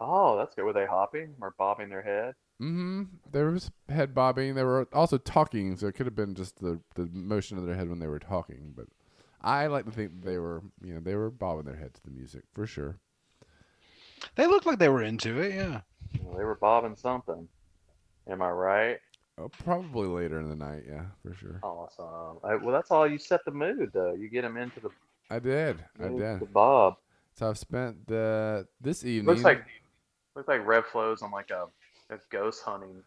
Oh, that's good. Were they hopping or bobbing their head?
Mm-hmm. There was head bobbing. They were also talking, so it could have been just the, the motion of their head when they were talking. But I like to think that they were, you know, they were bobbing their head to the music for sure.
They looked like they were into it. Yeah.
Well, they were bobbing something. Am I right?
Uh, probably later in the night, yeah, for sure.
Awesome. I, well, that's all. You set the mood, though. You get them into the,
I did, I
into the
did.
bob.
So I've spent the this evening.
Looks like looks like Rev Flows on like a, a ghost hunting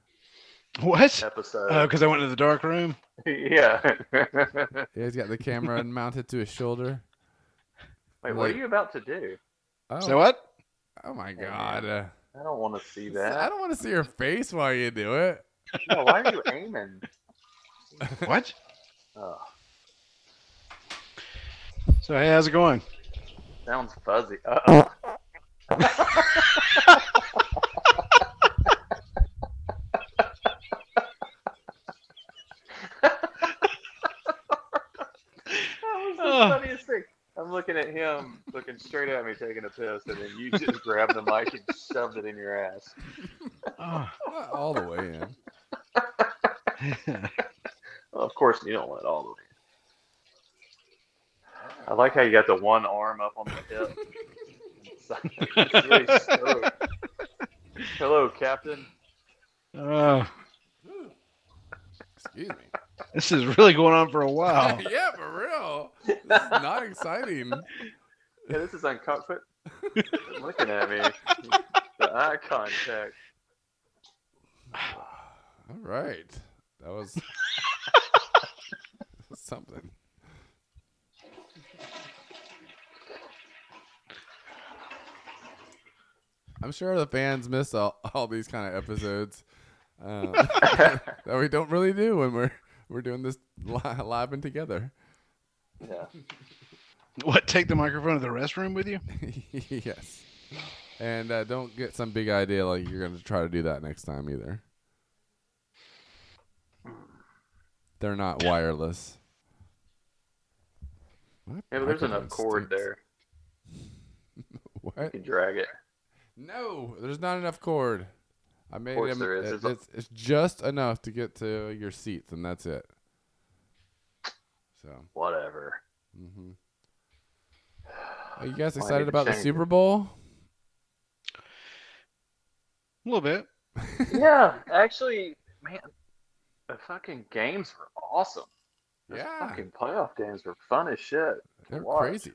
What?
episode.
Oh, because I went to the dark room.
yeah.
yeah, he's got the camera mounted to his shoulder.
Wait, what are you about to do?
Oh,
So what?
oh my
Hey, man.
god! Uh,
I don't want to see
I
that.
don't want to see your face while you do it.
No, why are you aiming?
What?
Oh,
So hey, how's it going?
sounds fuzzy. Uh-oh. that was the
Oh.
funniest thing. I'm looking at him, looking straight at me, taking a piss, and then you just grabbed the mic and shoved it in your ass.
Oh.
Not all the way in.
Well, of course, you don't want it all the way. in. I like how you got the one arm up on the hip. It's like- it's really stoked. Hello, Captain.
Oh,
Excuse me.
this is really going on for a while.
yeah, for real. This is not exciting.
Yeah, this is uncomfortable. Looking at me, the eye contact.
All right. That was something. I'm sure the fans miss all, all these kind of episodes um, that we don't really do when we're we're doing this li- live and together.
Yeah.
What? Take the microphone to the restroom with you?
yes, and uh, don't get some big idea like you're going to try to do that next time either. They're not wireless. What?
Yeah, but there's enough
Microphone
cord
sticks.
there. You
What?
can drag it.
No, there's not enough cord. I made
course
him.
there is.
it-
It's a-
It's, it's just enough to get to your seats, and that's it. So,
Whatever.
hmm are you guys
Why did
excited
you
about the
change it?
Super Bowl?
A little bit.
Yeah, actually, man, the fucking games were awesome. Those
Yeah.
fucking playoff games were fun as shit.
They're
watch.
crazy.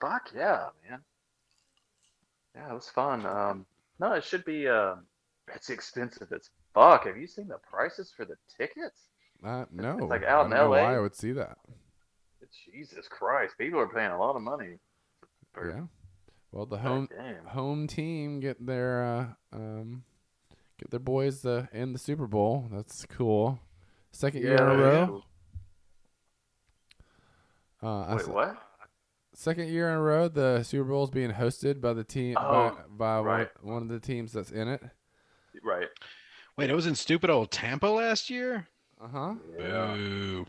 Fuck yeah, man. Yeah, it was fun. Um, no, it should be. Um, it's expensive as fuck. Have you seen the prices for the tickets?
Uh, no,
like
I
out
don't
in
know
LA.
why I would see that.
Jesus Christ, people are paying a lot of money. For
Yeah. Well, the home
God damn.
home team get their uh, um get their boys uh, in the Super Bowl. That's cool. Second year in a row. Uh, I
Wait,
said-
what?
Second year in a row, the Super Bowl is being hosted by the team
Oh,
by, by one-
right.
one, of the teams that's in it.
right.
Wait, it was in stupid old Tampa last year.
Uh huh.
Yeah.
Boo.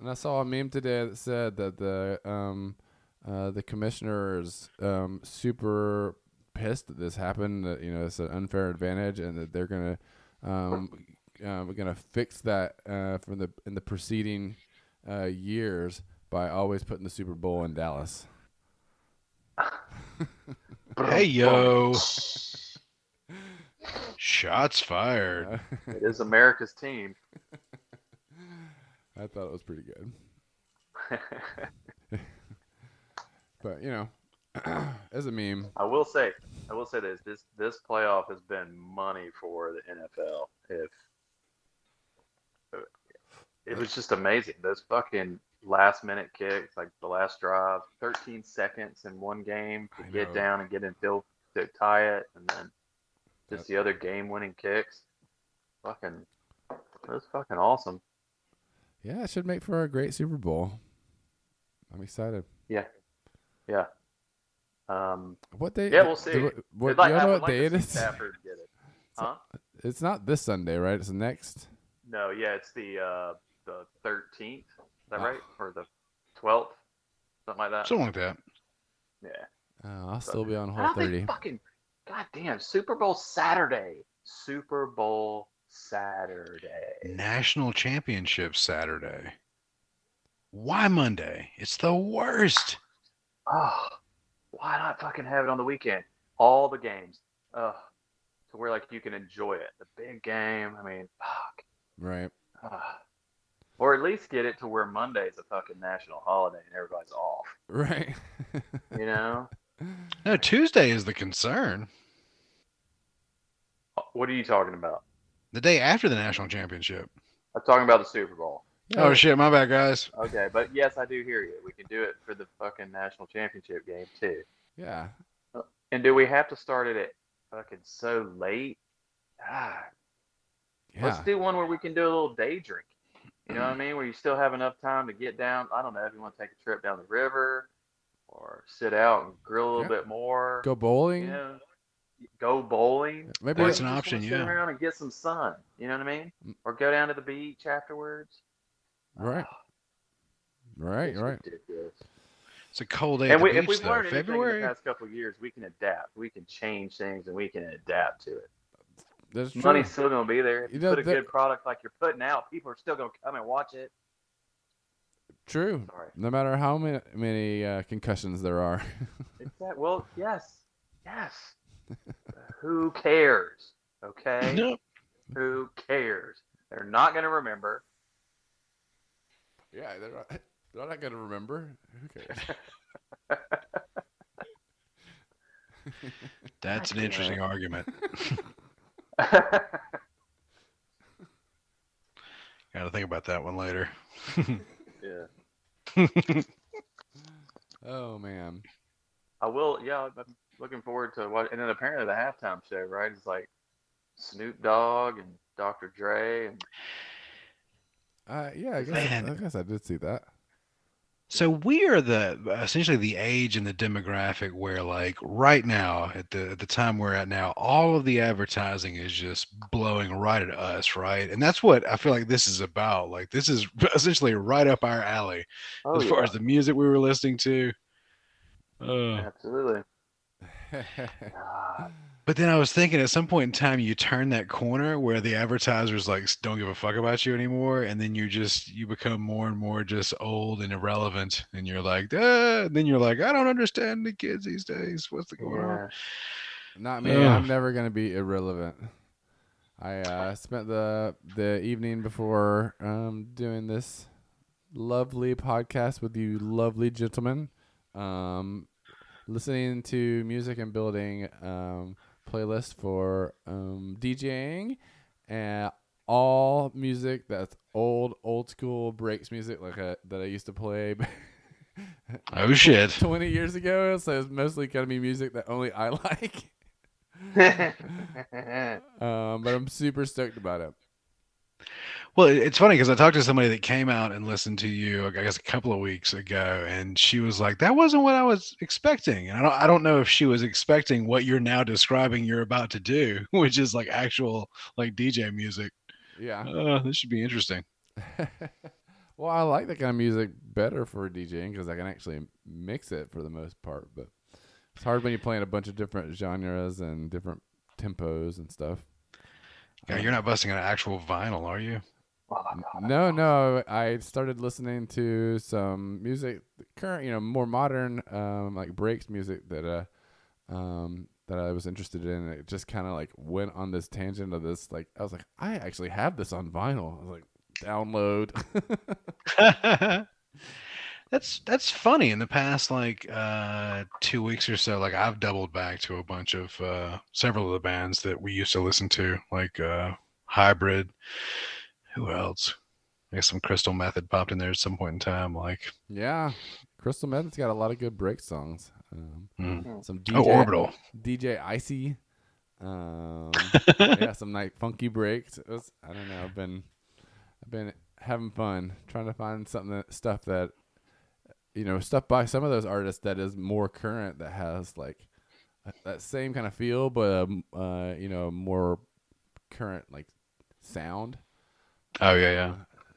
And I saw a meme today that said that the um, uh, the commissioner's um, super pissed that this happened. That you know it's an unfair advantage, and that they're gonna um, uh, we're gonna fix that uh, from the in the preceding uh, years by always putting the Super Bowl in Dallas.
Hey yo. Shots fired.
Uh,
It is America's team.
I thought it was pretty good, but you know, as a meme,
I will say, I will say this: this this playoff has been money for the NFL. If it was just amazing, those fucking last minute kicks, like the last drive, 13 seconds in one game to
I know.
get down and get in field to tie it, and then just
Yeah.
the other game winning kicks. Fucking, that's fucking awesome.
yeah, it should make for a great Super Bowl. I'm excited.
Um,
What day?
Yeah, we'll
the-
see.
the- What,
I'd like-
you
I
know
would
what
like
day
to
it
see
is?
Stafford get it. Huh?
It's not this Sunday, right? It's the next.
No, yeah, it's the uh, the thirteenth. Is that
Oh.
right? Or the twelfth, something like that.
Something like that.
yeah.
Oh, I'll still be on
How
hole
they
thirty.
fucking goddamn Super Bowl Saturday. Super Bowl Saturday.
National Championship Saturday. Why Monday? It's the worst.
Oh, why not fucking have it on the weekend? All the games. Ugh. So we're like you can enjoy it. The big game. I mean, fuck.
Right.
Ugh. Or at least get it to where Monday's a fucking national holiday and everybody's off.
Right.
You know?
No, Tuesday is the concern.
what are you talking about?
The day after the national championship.
I'm talking about the Super Bowl.
Oh shit, my bad guys.
Okay, but yes, I do hear you. We can do it for the fucking national championship game too.
yeah.
And do we have to start it at fucking so late? Ah, Let's
Yeah. Mm.
do one where we can do a little day drink. You know what I mean? Where you still have enough time to get down. I don't know if you want to take a trip down the river or sit out and grill a little
Yeah.
bit more.
Go bowling.
you know, go bowling.
Maybe
Or
That's
you
an
just
option,
wanna Sit
yeah.
around and get some sun. You know what I mean?
Mm.
Or go down to the beach afterwards. Ah,
right. Right.
It's
Right.
ridiculous.
It's a cold day at
and
the
we, if
beach
we've
though.
learned anything in
February.
the past couple of years, we can adapt. We can change things, and we can adapt to it.
That's true.
Money's still gonna be there. If
You
you,
know,
put a
the-
good product like you're putting out, people are still gonna come and watch it.
True.
Sorry.
No matter how many, many uh, concussions there are.
Exactly. Well, yes, yes. Who cares? Okay.
No,
Who cares? They're not gonna remember.
yeah. They're not, they're not gonna remember. Who cares?
that's an
Yeah.
interesting argument. Gotta think about that one later.
yeah.
Oh man.
I will. Yeah, I'm I'm looking forward to what. And then apparently the halftime show, right? It's like Snoop Dogg and Dr. Dre and
Uh, yeah. I guess
Man.
I, I guess I did see that.
So we are the essentially the age and the demographic where like right now at the at the time we're at now all of the advertising is just blowing right at us right and that's what I feel like this is about like this is essentially right up our alley
oh,
as far
yeah,
as the music we were listening to uh,
absolutely. Ah, God.
but then I was thinking at some point in time you turn that corner where the advertisers like s- don't give a fuck about you anymore and then you're just you become more and more just old and irrelevant and you're like ah, and then you're like I don't understand the kids these days what's the going on
Yeah.
Not me.
Ugh.
I'm never gonna be irrelevant. I uh, spent the the evening before um, doing this lovely podcast with you, lovely gentlemen, um, listening to music and building um, playlist for um, DJing and all music that's old, old school breaks music like uh that I used to play.
oh shit
20 years ago, so it's mostly gonna be music that only I like. um, but I'm super stoked about it.
Well, it- it's funny because I talked to somebody that came out and listened to you, I guess, a couple of weeks ago, and she was like, "That wasn't what I was expecting." And I don't, I don't know if she was expecting what you're now describing you're about to do, which is like actual like DJ music.
Yeah.
Uh, this should be interesting.
well, I like that kind of music better for DJing because I can actually mix it for the most part. But it's hard when you're playing a bunch of different genres and different tempos and stuff.
Yeah, you're not busting an actual vinyl, are you?
Oh,
N- No, no. I started listening to some music, current, you know, more modern, um, like breaks music that, uh, um, that I was interested in. It just kind of like went on this tangent of this. Like, I was like, I actually have this on vinyl. I was like, download.
that's that's funny. In the past like uh, two weeks or so, like I've doubled back to a bunch of uh, several of the bands that we used to listen to, like uh, Hybrid. Who else? I guess some Crystal Method popped in there at some point in time. Like
yeah, Crystal Method's got a lot of good break songs. Um,
Mm.
Some DJ,
oh, Orbital.
DJ Icy. Um, yeah, some like funky breaks. It was, I don't know. I've been, I've been having fun trying to find something that, stuff that, you know, stuff by some of those artists that is more current that has like that same kind of feel, but um, uh, you know, more current like sound.
Oh yeah, yeah.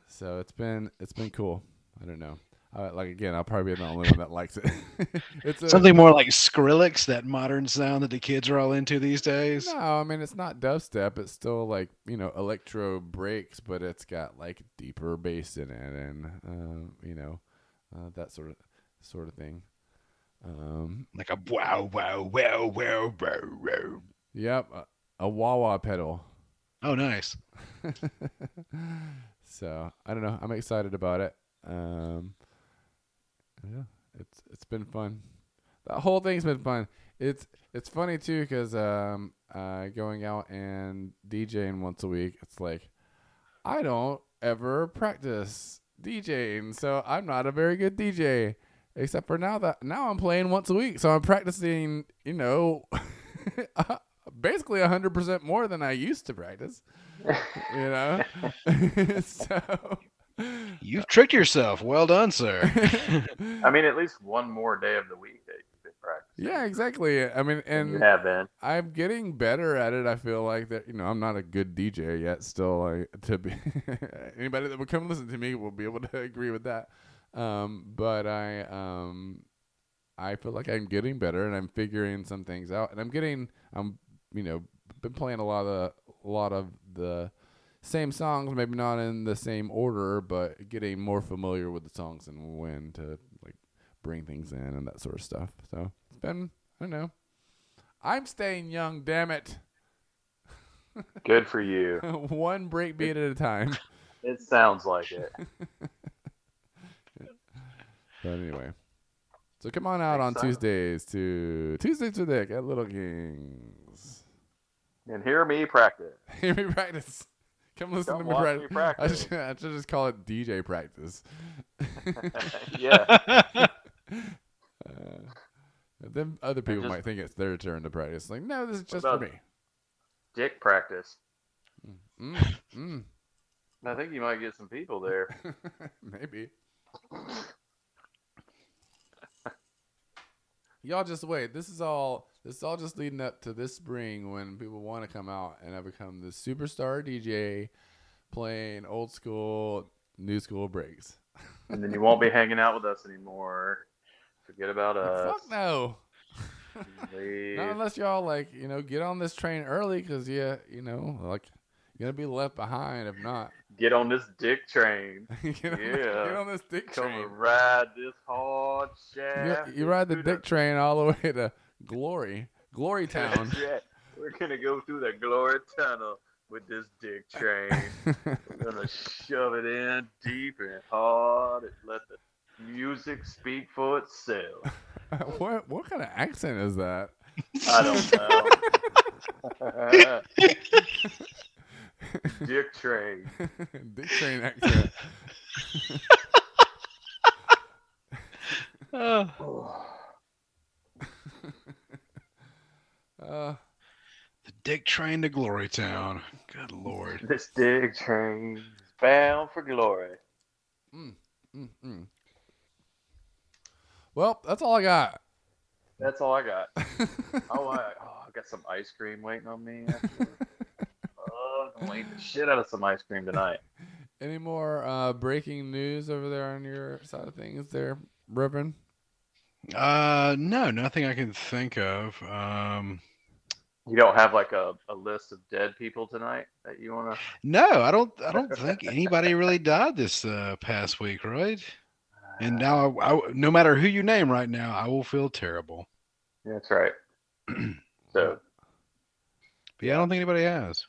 So it's been it's been cool. I don't know. Uh, like again, I'll probably be the only one that likes it. it's a,
Something more like Skrillex, that modern sound that the kids are all into these days.
No, I mean it's not dubstep. It's still like you know electro breaks, but it's got like deeper bass in it, and uh, you know uh, that sort of sort of thing. Um,
Like a wow, wow, wow, wow, wow, wow.
yep, a, a wah wah pedal.
Oh, nice.
so I don't know. I'm excited about it. Um, yeah, it's it's been fun. The whole thing's been fun. It's it's funny too because um, uh, going out and DJing once a week, it's like I don't ever practice DJing, so I'm not a very good DJ. Except for now that now I'm playing once a week, so I'm practicing. You know, basically 100% more than I used to practice you know so
You've tricked yourself. Well done, sir.
I mean, at least one more day of the week that you've been practicing.
yeah exactly i mean
you
and
have been.
i'm getting better at it i feel like that you know i'm not a good dj yet still like to be anybody that would come listen to me will be able to agree with that um but i um i feel like i'm getting better and i'm figuring some things out and i'm getting i'm you know been playing a lot of a lot of the same songs, maybe not in the same order, but getting more familiar with the songs and when to like bring things in and that sort of stuff. So it's been I don't know. I'm staying young, damn it.
Good for you.
One break beat at a time.
It sounds like it.
But anyway. So come on out on
Exciting.
Tuesdays to Tuesdays with Dick at Little Kings.
And hear me practice.
Hear me practice. Come listen
Come
to me
watch
practice.
me
I,
practice.
should, I should just call it DJ practice.
yeah.
Uh, then other people
just-
might think it's their turn to practice. Like, no, this is just for
about-
me.
Dick practice.
Mm, mm,
And I think you might get some people there.
maybe. Y'all just wait. This is all. This is all just leading up to this spring when people want to come out and I become the superstar DJ, playing old school, new school breaks.
And then you won't be hanging out with us anymore. Forget about us.
Fuck no.
Leave.
Not unless y'all like you know get on this train early because yeah you know like you're gonna be left behind if not.
Get on this dick train.
get, on,
Yeah.
get on this dick
Come
train.
and ride this hard shaft.
You, you ride the
Through
dick train all the way to Glory, Glory Town.
yeah, we're gonna go through the glory tunnel with this dick train. we're gonna shove it in deep and hard and let the music speak for itself.
what what kind of accent is that?
I don't know. dick train.
dick train accent.
Oh,
Uh,
the Dick Train to Glory Town. Good lord.
This dick train is bound for glory.
Mm-mm. mm, Well, that's all I got.
That's all I got. oh, I, oh, I got some ice cream waiting on me. afterwards. oh, I'm gonna eat the shit out of some ice cream tonight.
Any more uh, breaking news over there on your side of things, there, Reverend?
Uh, no, nothing I can think of. Um,
You don't have like a, a list of dead people tonight that you wanna?
no, I don't. I don't think anybody really died this uh, past week, right? And now, I, I- no matter who you name right now, I will feel terrible.
That's right. so,
But yeah, I don't think anybody has.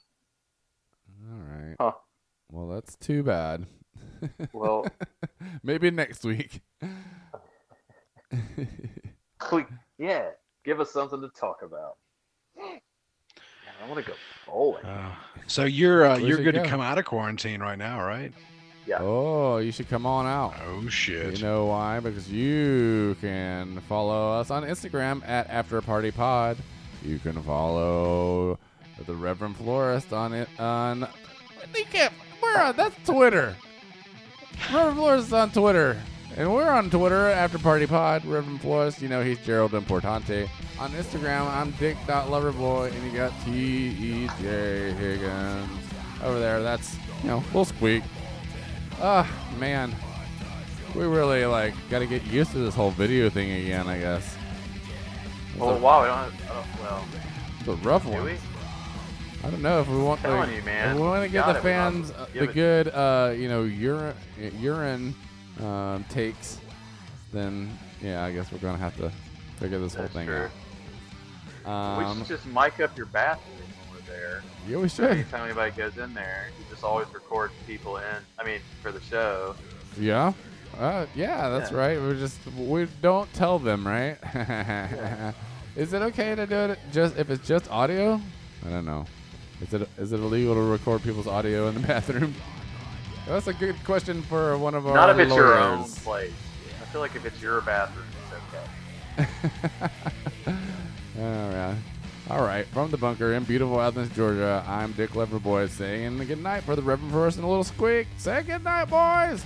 All right.
Huh.
Well, that's too bad.
well,
Maybe next week.
we- yeah, give us something to talk about. Man, I want to go bowling.
Uh, so you're uh,
Where's
you're
it
good
go?
to come out of quarantine right now, right?
oh, you should come on out.
Oh
You
shit!
know why? Because you can follow us on Instagram at After Party Pod. You can follow the Reverend Florist on it on. They can't. We're on. That's Twitter. Reverend Florist is on Twitter, and we're on Twitter After Party Pod. Reverend Florist, you know he's Gerald Importante. On Instagram, I'm Dick.Loverboy, and you got T E J Higgins over there. That's you know, little squeak. Ah, man. We really like got to get used to this whole video thing again, I guess.
Well, wow, we don't have. Oh, well,
It's a rough
do
one.
we?
I don't know if we want
telling
the,
you, man.
if we want to give
God,
the
it would not
fans uh,
give
the
it-
good, uh, you know, urine urine um, takes. Then yeah, I guess we're gonna have to figure this whole
That's
thing
true.
out.
we
Um,
should just mic up your bathroom when we're there.
yeah, we
So
should.
anytime anybody goes in there, you just always record people in. I mean, for the show.
Yeah. Uh, yeah, that's
Yeah.
right. We're just we don't tell them, right? is it okay to do it just if it's just audio? I don't know. Is it is it illegal to record people's audio in the bathroom? That's a good question for one of our
Not if it's your own
lawyers.
place. I feel like if it's your bathroom, it's okay.
All right. All right. From the bunker in beautiful Athens, Georgia, I'm Dick Leverboy saying good night for the Reverend Forrest and a little squeak. Say good night, boys.